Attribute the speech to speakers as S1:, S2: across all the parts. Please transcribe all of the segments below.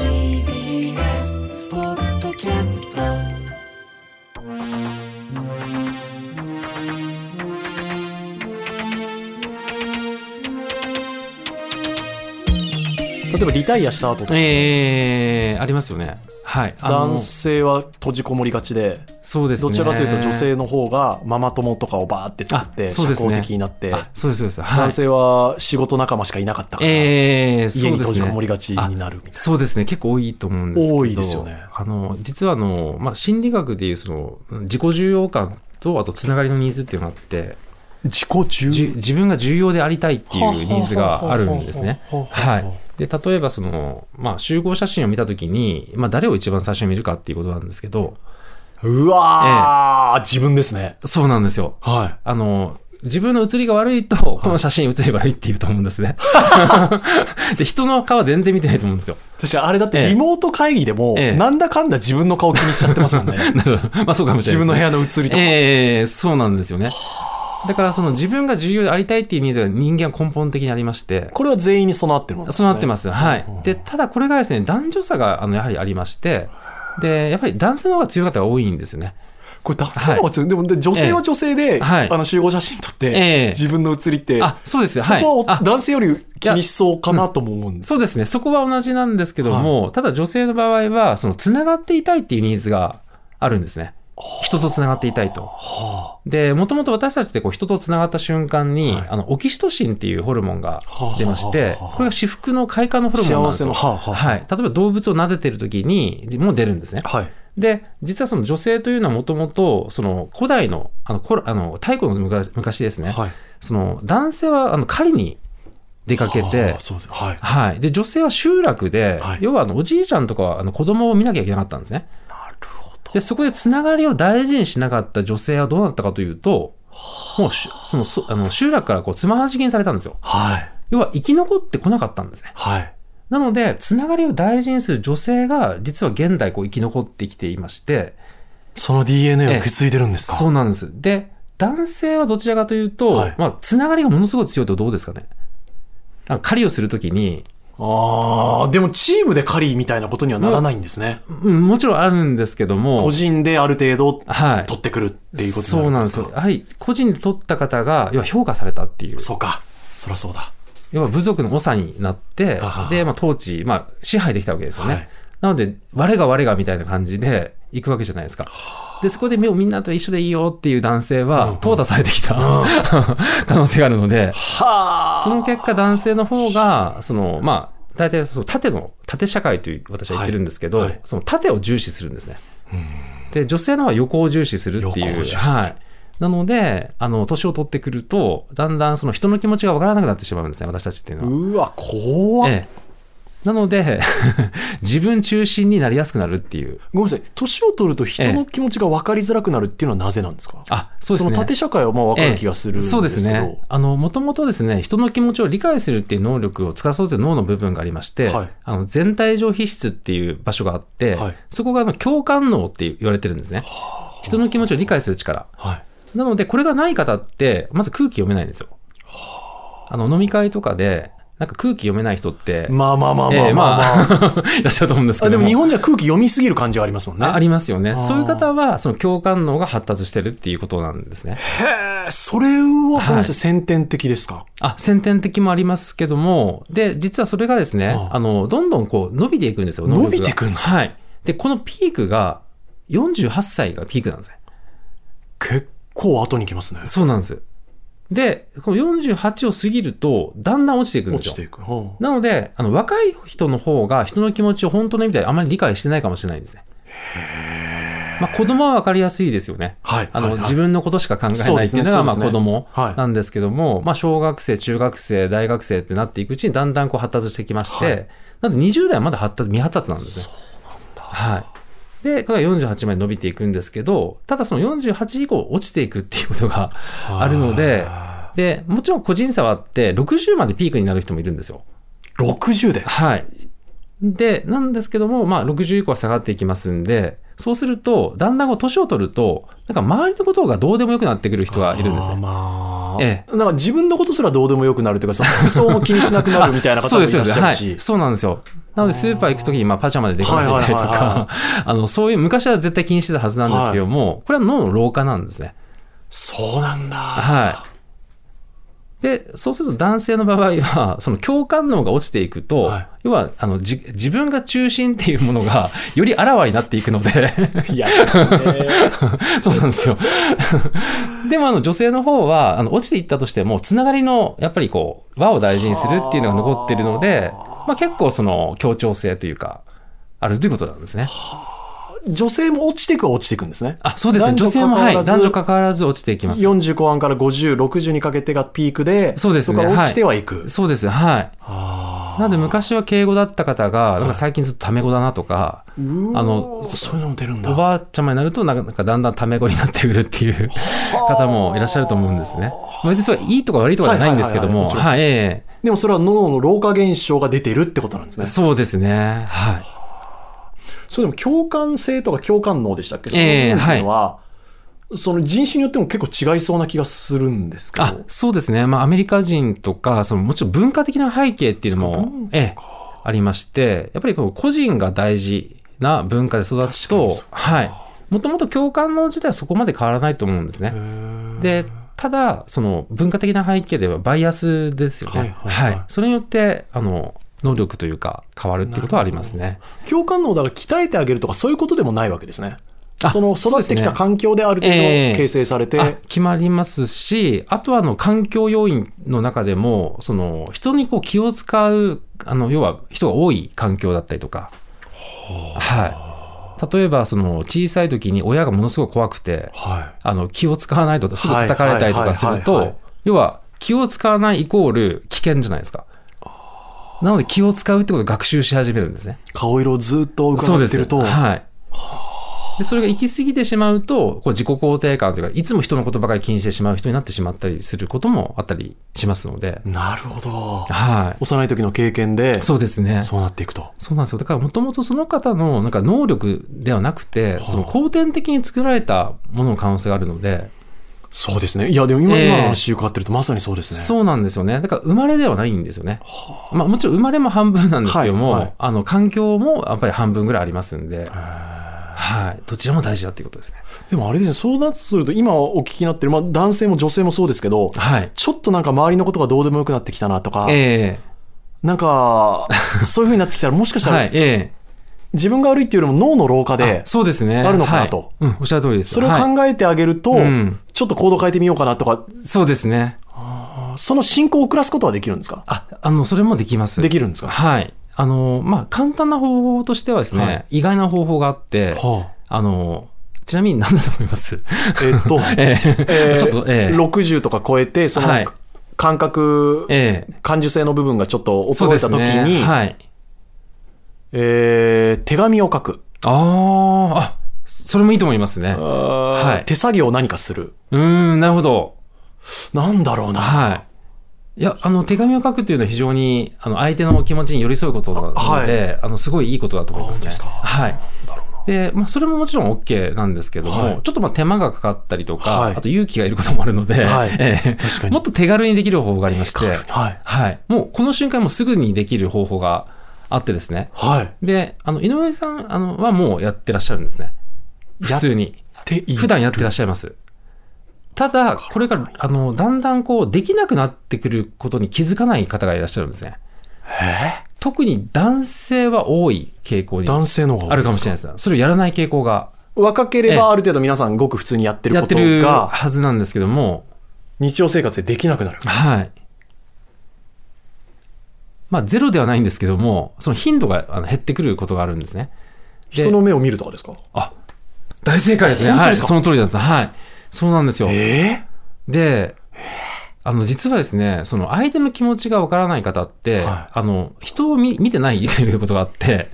S1: ー
S2: TBS ポッドキャスト
S3: 例えばリタイアした後とか
S4: えー、ありますよね。はい。あの
S3: 男性は閉じこもりがちで
S4: そうですね。
S3: どちらかというと女性の方がママ友とかをバーって作って
S4: あ
S3: 社
S4: そうですね
S3: 交的になって、
S4: あそうです、そうです。はい
S3: 男性は仕事仲間しかいなかったから、
S4: えー、そうです
S3: 家
S4: ね
S3: に閉じこもりがちになるみたいな
S4: そうですね結構多いと思うんですけど
S3: 多いですよね
S4: あの実はあの、まあ、心理学でいうその自己重要感とあとつながりのニーズっていうのがあって
S3: 自己中
S4: じゅ自分が重要でありたいっていうニーズがあるんですね。
S3: ほうほうほうほうほう
S4: はい、で例えばその、まあ、集合写真を見た時に、まあ、誰を一番最初に見るかっていうことなんですけど
S3: うわー、自分ですね
S4: そうなんですよ。
S3: は
S4: あの自分の写りが悪いと、この写真写り悪いって言うと思うんで すね。で、人の顔は全然見てないと思うんですよ。
S3: い確かにあれだって
S4: ええ
S3: リモート会議でも、
S4: ええ
S3: なんだかんだ自分の顔気にしちゃってますも んね
S4: なるほど。まあ、そうかもし
S3: 自
S4: れないですね
S3: 分の部屋の写りとか、
S4: ええそうなんですよね。だからその自分が重要でありたいっていうニーズが人間は根本的にありまして、
S3: これは全員に備わってるもん
S4: そうなってますす。はい。で、ただこれがですね、男女差があのやはりありまして、で、やっぱり男性の方が強い方が多いんですよね。
S3: これ男性の方が強い、でもで女性は女性で、
S4: えはい
S3: あの集合写真撮って、
S4: ええ
S3: 自分の写りって、
S4: あ、そうです。
S3: そ
S4: はい。
S3: こは
S4: あ
S3: お男性より気にしそうかなとも思うんです。
S4: そうですね。そこは同じなんですけども、ただ女性の場合は、その、つながっていたいっていうニーズがあるんですね。人とつながっていたいと。で、もともと私たちってこう人とつながった瞬間に、あの、オキシトシンっていうホルモンが出まして、
S3: はあはあはあはあ
S4: これが至福の快感のホルモンなんですよ。
S3: 幸せのはあはあ
S4: はい。例えば動物を撫でてる時に、もう出るんですね。
S3: はい。
S4: で、実はその女性というのはもともと、その古代の、あの、コラあの太古の昔昔ですね、
S3: はい。
S4: その男性はあの狩りに出かけて
S3: あ、そうです。はい。
S4: はい、で女性は集落で、
S3: はい
S4: 要はあのおじいちゃんとかはあの子供を見なきゃいけなかったんですね。
S3: なるほど。
S4: でそこでつながりを大事にしなかった女性はどうなったかというともうしそのそあの集落からこうつまはじきにされたんですよ。
S3: はい。
S4: 要は生き残ってこなかったんですね。
S3: はい。
S4: なのでつながりを大事にする女性が実は現代こう生き残ってきていまして
S3: その DNA を
S4: ええ
S3: 受け継いでるんですか、
S4: そうなんです。で男性はどちらかというと、
S3: はい
S4: まあ、つながりがものすごい強いとどうですかねあの狩りをするときに
S3: ああ、でもチームで狩りみたいなことにはならないんですね。
S4: うんもちろんあるんですけども
S3: 個人である程度
S4: はい、
S3: 取ってくるっていうこと
S4: そう
S3: にな
S4: な
S3: んる
S4: で
S3: です
S4: す
S3: か
S4: よ。やはり個人で取った方が、要は評価されたっていう。
S3: そうか。そりゃそうだ。
S4: 要は部族の長になって
S3: はは、
S4: で、まあ、統治、まあ、支配できたわけですよね。
S3: はい
S4: なので、我が我がみたいな感じで行くわけじゃないですか。で、そこでみみんなと一緒でいいよっていう男性
S3: うんうん
S4: は、淘汰されてきた、 可能性があるので、
S3: はあ。
S4: その結果、男性の方が、その、まあ、大体その縦の、縦社会という私は言ってるんですけど、
S3: はいはい
S4: その縦を重視するんですね。で、女性の方は横を重視するって
S3: 横を
S4: い
S3: 重
S4: う。
S3: 視する
S4: はい。なので、あの、年を取ってくると、だんだんその人の気持ちがわからなくなってしまうんですね、私たちっていうのは。
S3: うわ、怖っ、
S4: ええなので、 自分中心になりやすくなるっていう。
S3: ごめんなさい。年を取ると人の気持ちが分かりづらくなるっていうのはなぜなんですか、
S4: あ、そうで
S3: そ
S4: すね。
S3: の縦社会はまあ分かる気がするんですけど。
S4: ええそうですね。あの、もともとですね、人の気持ちを理解するっていう能力を司っている脳の部分がありまして、
S3: はい
S4: あの全体上皮質っていう場所があって、
S3: はい
S4: そこがあの共感脳って言われてるんですね。人の気持ちを理解する力。
S3: はい。
S4: なので、これがない方って、まず空気読めないんですよ。あの、飲み会とかで、なんか空気読めない人って、
S3: まあまあまあま
S4: え
S3: あ
S4: え
S3: まあ、まあ。
S4: いらっしゃると思うんです け
S3: あ
S4: ど
S3: で
S4: も。
S3: も日本じゃ空気読みすぎる感じがありますもんね。
S4: あありますよね
S3: ー。
S4: そういう方は、その共感脳が発達してるっていうことなんですね。
S3: へえ、それは、
S4: い
S3: この人先天的ですか、
S4: あ、先天的もありますけども、で、実はそれがですね、
S3: あ
S4: あの、どんどんこう伸びていくんですよ、能力が
S3: 伸びてくんですか
S4: はい。で、このピークが、48歳がピークなんですね。
S3: 結構後に来ますね。
S4: そうなんです。で、この48を過ぎると、だんだん落ちていくんで
S3: 落
S4: すよ
S3: ち。ていく。は
S4: なので、あの、若い人の方が人の気持ちを本当の意味であまり理解してないかもしれないんですね。まあ、子供は分かりやすいですよね。
S3: はい
S4: あの、
S3: はいはい
S4: 自分のことしか考え
S3: そう
S4: な
S3: で
S4: いっ
S3: す
S4: てい
S3: ね
S4: うのが、まあ、
S3: そうで
S4: 子
S3: すね
S4: 供
S3: はい
S4: なんですけども、まあ、小学生、中学生、大学生ってなっていくうちにだんだんこう発達してきまして、
S3: はい
S4: なので20代はまだ発達、未発達なんですね。はい。で、これが48まで伸びていくんですけど、ただその48以降落ちていくっていうことが あるので
S3: は
S4: で、もちろん個人差はあって、60までピークになる人もいるんですよ。
S3: い60で。
S4: はい。で、なんですけども、まあ、60以降は下がっていきますんで、そうすると、だんだんこう年を取ると、なんか周りのことがどうでもよくなってくる人がいるんです
S3: あー
S4: ね。
S3: まあ、
S4: え
S3: なんか自分のことすらどうでもよくなるというか、その 服装も気にしなくなるみたいな方
S4: そ
S3: も
S4: う
S3: い
S4: で
S3: らっ
S4: す
S3: し
S4: そうです
S3: ゃ
S4: は
S3: るし
S4: い。。そうなんですよ。なので、スーパー行くときに、まあ、パジャマで出かけてたりと
S3: はいはいはいは
S4: か、 あの、そういう昔は絶対気にしてたはずなんですけども、これは脳の老化なんですね。
S3: そうなんだ。
S4: はい。で、そうすると男性の場合は、その共感能が落ちていくと、
S3: はい
S4: 要は、あの、じ、自分が中心っていうものが、よりあらわになっていくので、
S3: いや、ね、
S4: そうなんですよ。でもあの女性の方はあの落ちていったとしてもつながりのやっぱりこう和を大事にするっていうのが残ってるので、まあ、結構その協調性というかあるということなんですね。
S3: 女性も落ちてくは落ちていくんですね。
S4: あそうですね女性も、はい、男
S3: 男
S4: 女
S3: 女
S4: 関
S3: 関
S4: わらず落ちていきます。
S3: 40後半から50、60にかけてがピークで、
S4: そうですね
S3: こから落ちてはいく。
S4: そうですはい。
S3: あ
S4: なので昔は敬語だった方がなんか最近ずっとタメ語だなとか、
S3: あの
S4: の
S3: そういうのも出るんだ。
S4: おばあちゃまになるとなんかだんだんタメ語になってくるっていう方もいらっしゃると思うんですね。別にそれいいとか悪いとかじゃないんですけども、
S3: はいはい
S4: はい、ええ
S3: でもそれは脳の老化現象が出てるってことなんですね。そ
S4: そうですね。はい。
S3: れでも共感性とか共感能でしたっけ、
S4: え
S3: そう
S4: え
S3: いうのっていうのは、その人種によっても結構違いそうな気がするんですけど。
S4: あそうですね、まあ、アメリカ人とかそのもちろん文化的な背景っていうの
S3: そうか
S4: も
S3: 文、化
S4: ええ、ありましてやっぱりこう個人が大事な文化で育つ
S3: 確かに
S4: と
S3: そう
S4: はいもともと共感の自体はそこまで変わらないと思うんですね。でただその文化的な背景ではバイアスですよね。
S3: は
S4: はいい
S3: はいはい
S4: それによってあの能力というか変わるっていうことはありますね。
S3: 共感能だから鍛えてあげるとかそういうことでもないわけですね。
S4: あ
S3: その育ってきた環境である程度
S4: ええ
S3: 形成されて、
S4: あ決まりますし、あとはあの環境要因の中でも、その人にこう気を使う、あの要は人が多い環境だったりとか、はい、例えばその小さい時に親がものすごい怖くて、
S3: はい
S4: あの気を使わないとすぐ叩かれたりとかする
S3: はいはいはいはい
S4: と、要は気を使わないイコール危険じゃないですか。なので気を使うってことを学習し始めるんですね。
S3: 顔色をずっと
S4: そう
S3: 伺っ
S4: で
S3: て
S4: す
S3: ると、
S4: はい。でそれが行き過ぎてしまうと、こう自己肯定感というか、いつも人のことばかり気にしてしまう人になってしまったりすることもあったりしますので、
S3: なるほど。
S4: は
S3: 幼い時の経験で
S4: い。、そうですね。
S3: そうなっていくと。
S4: そうなんですよ。だからもともとその方のなんか能力ではなくて、その後天的に作られたものの可能性があるので、
S3: そうですね。いや、でも今、
S4: ええ
S3: 今の話伺ってるとまさにそうですね。
S4: そうなんですよね。だから生まれではないんですよね。まあもちろん生まれも半分なんですけども、
S3: はいはい
S4: あの環境もやっぱり半分ぐらいありますんで、はい。どちらも大事だっていうことですね。
S3: でもあれですね、そうなってすると、今お聞きになってる、まあ、男性も女性もそうですけど、
S4: はい。
S3: ちょっとなんか周りのことがどうでもよくなってきたなとか、
S4: ええ
S3: なんか、そういうふうになってきたら、もしかした
S4: はい
S3: ら、、
S4: ええ
S3: 自分が悪いっていうよりも脳の老化で、
S4: そうですね。
S3: あるのかなと
S4: はいうん、おっしゃる通りです。
S3: それを
S4: はい
S3: 考えてあげると、
S4: うん
S3: ちょっと行動変えてみようかなとか、
S4: そうですね。
S3: その進行を遅らすことはできるんですか
S4: あ、あの、それもできます。
S3: できるんですか、
S4: はい。あの、まあ、簡単な方法としてはですね、
S3: はい
S4: 意外な方法があって、
S3: は
S4: あの、ちなみに何だと思います
S3: あえっと、
S4: え
S3: え
S4: え
S3: ー
S4: ちょっと、ええ
S3: 60とか超えて、その
S4: はい
S3: 感覚、
S4: ええ
S3: 感受性の部分がちょっと
S4: そう
S3: 衰
S4: で
S3: えた
S4: す
S3: 時
S4: ね。
S3: に、
S4: はい。
S3: えー手紙を書く、
S4: あーあ、それもいいと思いますね。うい
S3: 手作業を何かする。
S4: ーん、なるほど。
S3: なんだろうな。
S4: はい。いや、あの、手紙を書くっていうのは非常に、あの、相手の気持ちに寄り添うことなので、あの、すごいいいことだと思いますね。
S3: あ本当ですか
S4: はい。で、まあ、それももちろん OK なんですけども、
S3: はい
S4: ちょっとまあ手間がかかったりとか、
S3: はい
S4: あと勇気がいることもあるので、
S3: はい
S4: ええ
S3: 確かに
S4: もっと手軽にできる方法がありまして、
S3: はい。
S4: はい。もうこの瞬間もうすぐにできる方法があってですね。
S3: はい。
S4: で、あの、井上さんあのはもうやってらっしゃるんですね。普通に。
S3: っていい
S4: 普段やってらっしゃいます。ただ、これが、あの、だんだんこう、できなくなってくることに気づかない方がいらっしゃるんですね。特に男性は多い傾向に
S3: 男性の方が
S4: あるかもしれない
S3: い。
S4: です。それをやらない傾向が、
S3: 若けれ
S4: ええ
S3: ばある程度皆さんごく普通にやってる
S4: や
S3: こ
S4: って
S3: と
S4: る
S3: が、
S4: はずなんですけども、
S3: 日常生活でできなくなる。
S4: はい。まあ、ゼロではないんですけども、その頻度があの減ってくることがあるんですね。で
S3: 人の目を見るとかですか
S4: あ、大正解ですね。
S3: 本当
S4: は
S3: で
S4: い、
S3: すか
S4: その通りです。はい。そうなんですよ。
S3: え
S4: で、あの、実はですね、その相手の気持ちがわからない方って、
S3: は
S4: あの、人を見見てないということがあって、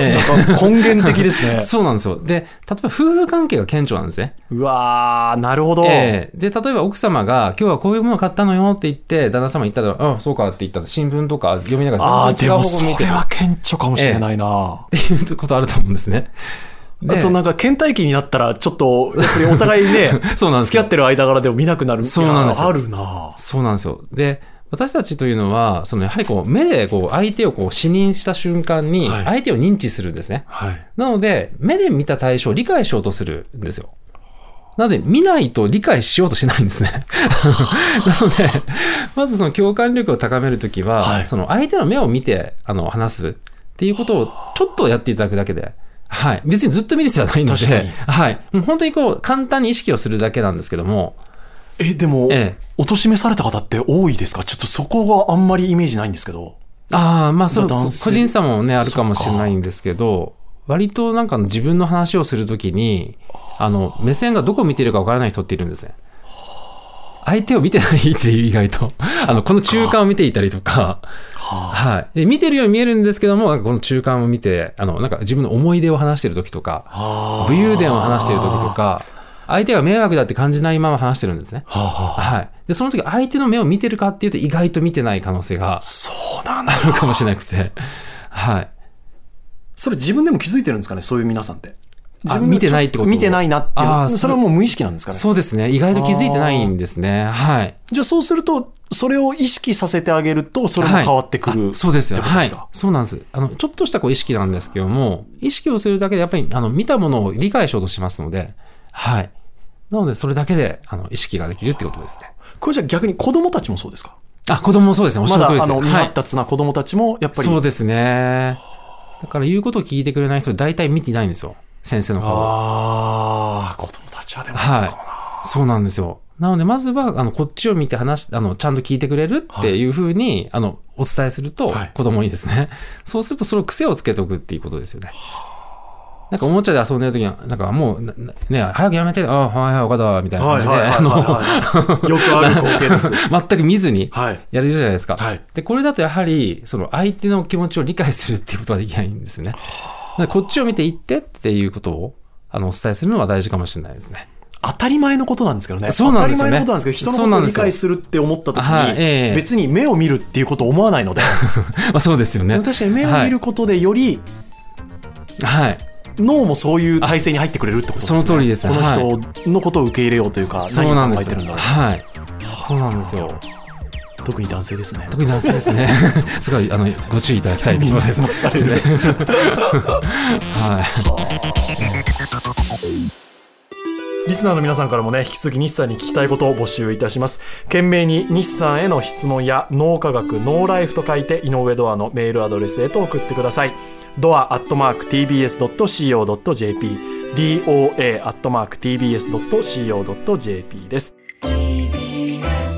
S4: え
S3: なんか根源的ですね
S4: え。 そうなんですよ。で、例えば夫婦関係が顕著なんですね。
S3: うわー、なるほど。
S4: ええで、例えば奥様が、今日はこういうものを買ったのよって言って、旦那様に言ったら、あそうかって言ったら、新聞とか読みなが
S3: ああ、
S4: ら全
S3: で
S4: 然違う
S3: も
S4: 方
S3: そ
S4: 向見て
S3: れ
S4: る
S3: は顕著かもしれないな。
S4: っていうことあると思うんですね。で
S3: あとなんか倦怠期になったら、ちょっと、やっぱりお互い ね、
S4: そうなんです
S3: 付き合
S4: よ
S3: ってる間柄でも見なくなる。
S4: そうなんですよ
S3: いやあるな。
S4: そうなんですよ。で、私たちというのは、そのやはりこう目でこう相手をこう視認した瞬間に、
S3: はい
S4: 相手を認知するんですね。
S3: はい。
S4: なので、目で見た対象を理解しようとするんですよ。なので、見ないと理解しようとしないん ですね。なので、まずその共感力を高めるときは、
S3: はい
S4: その相手の目を見てあの話すっていうことをちょっとやっていただくだけで、はい。別にずっと見る必要はないの
S3: 確か
S4: で
S3: に、
S4: はい。もう本当にこう、簡単に意識をするだけなんですけども、
S3: え、でも、
S4: ええ
S3: おとしめされた方って多いですかちょっとそこはあんまりイメージないんですけど。
S4: ああ、まあ、その
S3: まあ男性
S4: 個人差もね、あるかもしれないんですけど、割となんかの自分の話をするときに、あの、目線がどこ見てるかわからない人っているんですね。相手を見てないっていう意外と。あの、この中間を見ていたりとか、
S3: はあ、
S4: はい。で見てるように見えるんですけども、なんかこの中間を見て、あの、なんか自分の思い出を話してるときとか、
S3: はあ
S4: 武勇伝を話してるときとか、相手が迷惑だって感じないまま話してるんですね。
S3: はあはあ
S4: はい。で、その時相手の目を見てるかっていうと意外と見てない可能性が
S3: そうなんだ。
S4: あるかもしれなくて。はい。
S3: それ自分でも気づいてるんですかねそういう皆さんって。自分で
S4: 見てないってこと
S3: 見てないなっていう
S4: あー
S3: それはもう無意識なんですかね
S4: そうですね。意外と気づいてないんですね。はい。
S3: じゃあそうすると、それを意識させてあげると、それも変わってくる、
S4: はいあそうです
S3: って
S4: よ。
S3: こと
S4: はい
S3: か。
S4: そうなんです。あの、ちょっとしたこう意識なんですけども、意識をするだけでやっぱり、あの、見たものを理解しようとしますので、はい。なので、それだけで、あの、意識ができるってことですね。
S3: これじゃあ逆に子供たちもそうですか
S4: あ、子供もそうですね。おっしゃ
S3: まだ
S4: る通りで
S3: あ
S4: すね。
S3: の未
S4: はい
S3: 発達な子供たちもやっぱり、
S4: そうですね。だから言うことを聞いてくれない人、大体見てないんですよ。先生の顔を。
S3: ああ子供たちはでもそうかもな、
S4: はい。そうなんですよ。なので、まずは、あの、こっちを見て話し、あの、ちゃんと聞いてくれるっていうふうに、あの、お伝えすると
S3: はい、
S4: 子供にですね、 そうすると、それを癖をつけておくっていうことですよね。なんか、おもちゃで遊んでるときに、なんか、もう、ななね、早くやめて、あはいはい、わかったわ、みたいな
S3: はい
S4: 感じ
S3: は
S4: で、
S3: いはい
S4: あの、
S3: はいはいよくある光景 です。
S4: 全く見ずに
S3: はい。
S4: やれるじゃないですか。
S3: はい。
S4: で、これだとやはり、その、相手の気持ちを理解するっていうことはできないんですよね。なのでこっちを見ていってっていうことを、あの、お伝えするのは大事かもしれないですね。
S3: 当たり前のことなんですけどね。
S4: そうなんですよ
S3: 当たり
S4: ね
S3: 前のことなんですけど、人
S4: そ
S3: のこと
S4: うなん
S3: を
S4: で
S3: 理
S4: すよ
S3: 解するって思った時
S4: はい
S3: に、
S4: ええ
S3: 別に目を見るっていうことを思わないので、
S4: まあ、そうですよね。
S3: 確かに目を見ることでより
S4: はい。
S3: 脳もそういう体制に入ってくれるってことですね。
S4: あその通りです
S3: こ
S4: ね
S3: の人のことを受け入れようというか、
S4: そうな
S3: 何
S4: ん
S3: を
S4: で
S3: 考え
S4: す
S3: てるんだろう。
S4: はい。そうなんですよ。
S3: 特に男性ですね。
S4: 特に男性ですね。 すごい、あの、ご注意いただきたいと
S3: みん
S4: 思い
S3: な
S4: ます。
S3: 済まされる
S4: ですね はい。
S3: リスナーの皆さんからもね、引き続き日産に聞きたいことを募集いたします。懸命に日産への質問や、脳科学、ノーライフと書いて、井上ドアのメールアドレスへと送ってください。ドアアットマーク TBS.CO.JP、DOA アットマーク TBS.CO.JP です。
S2: TBS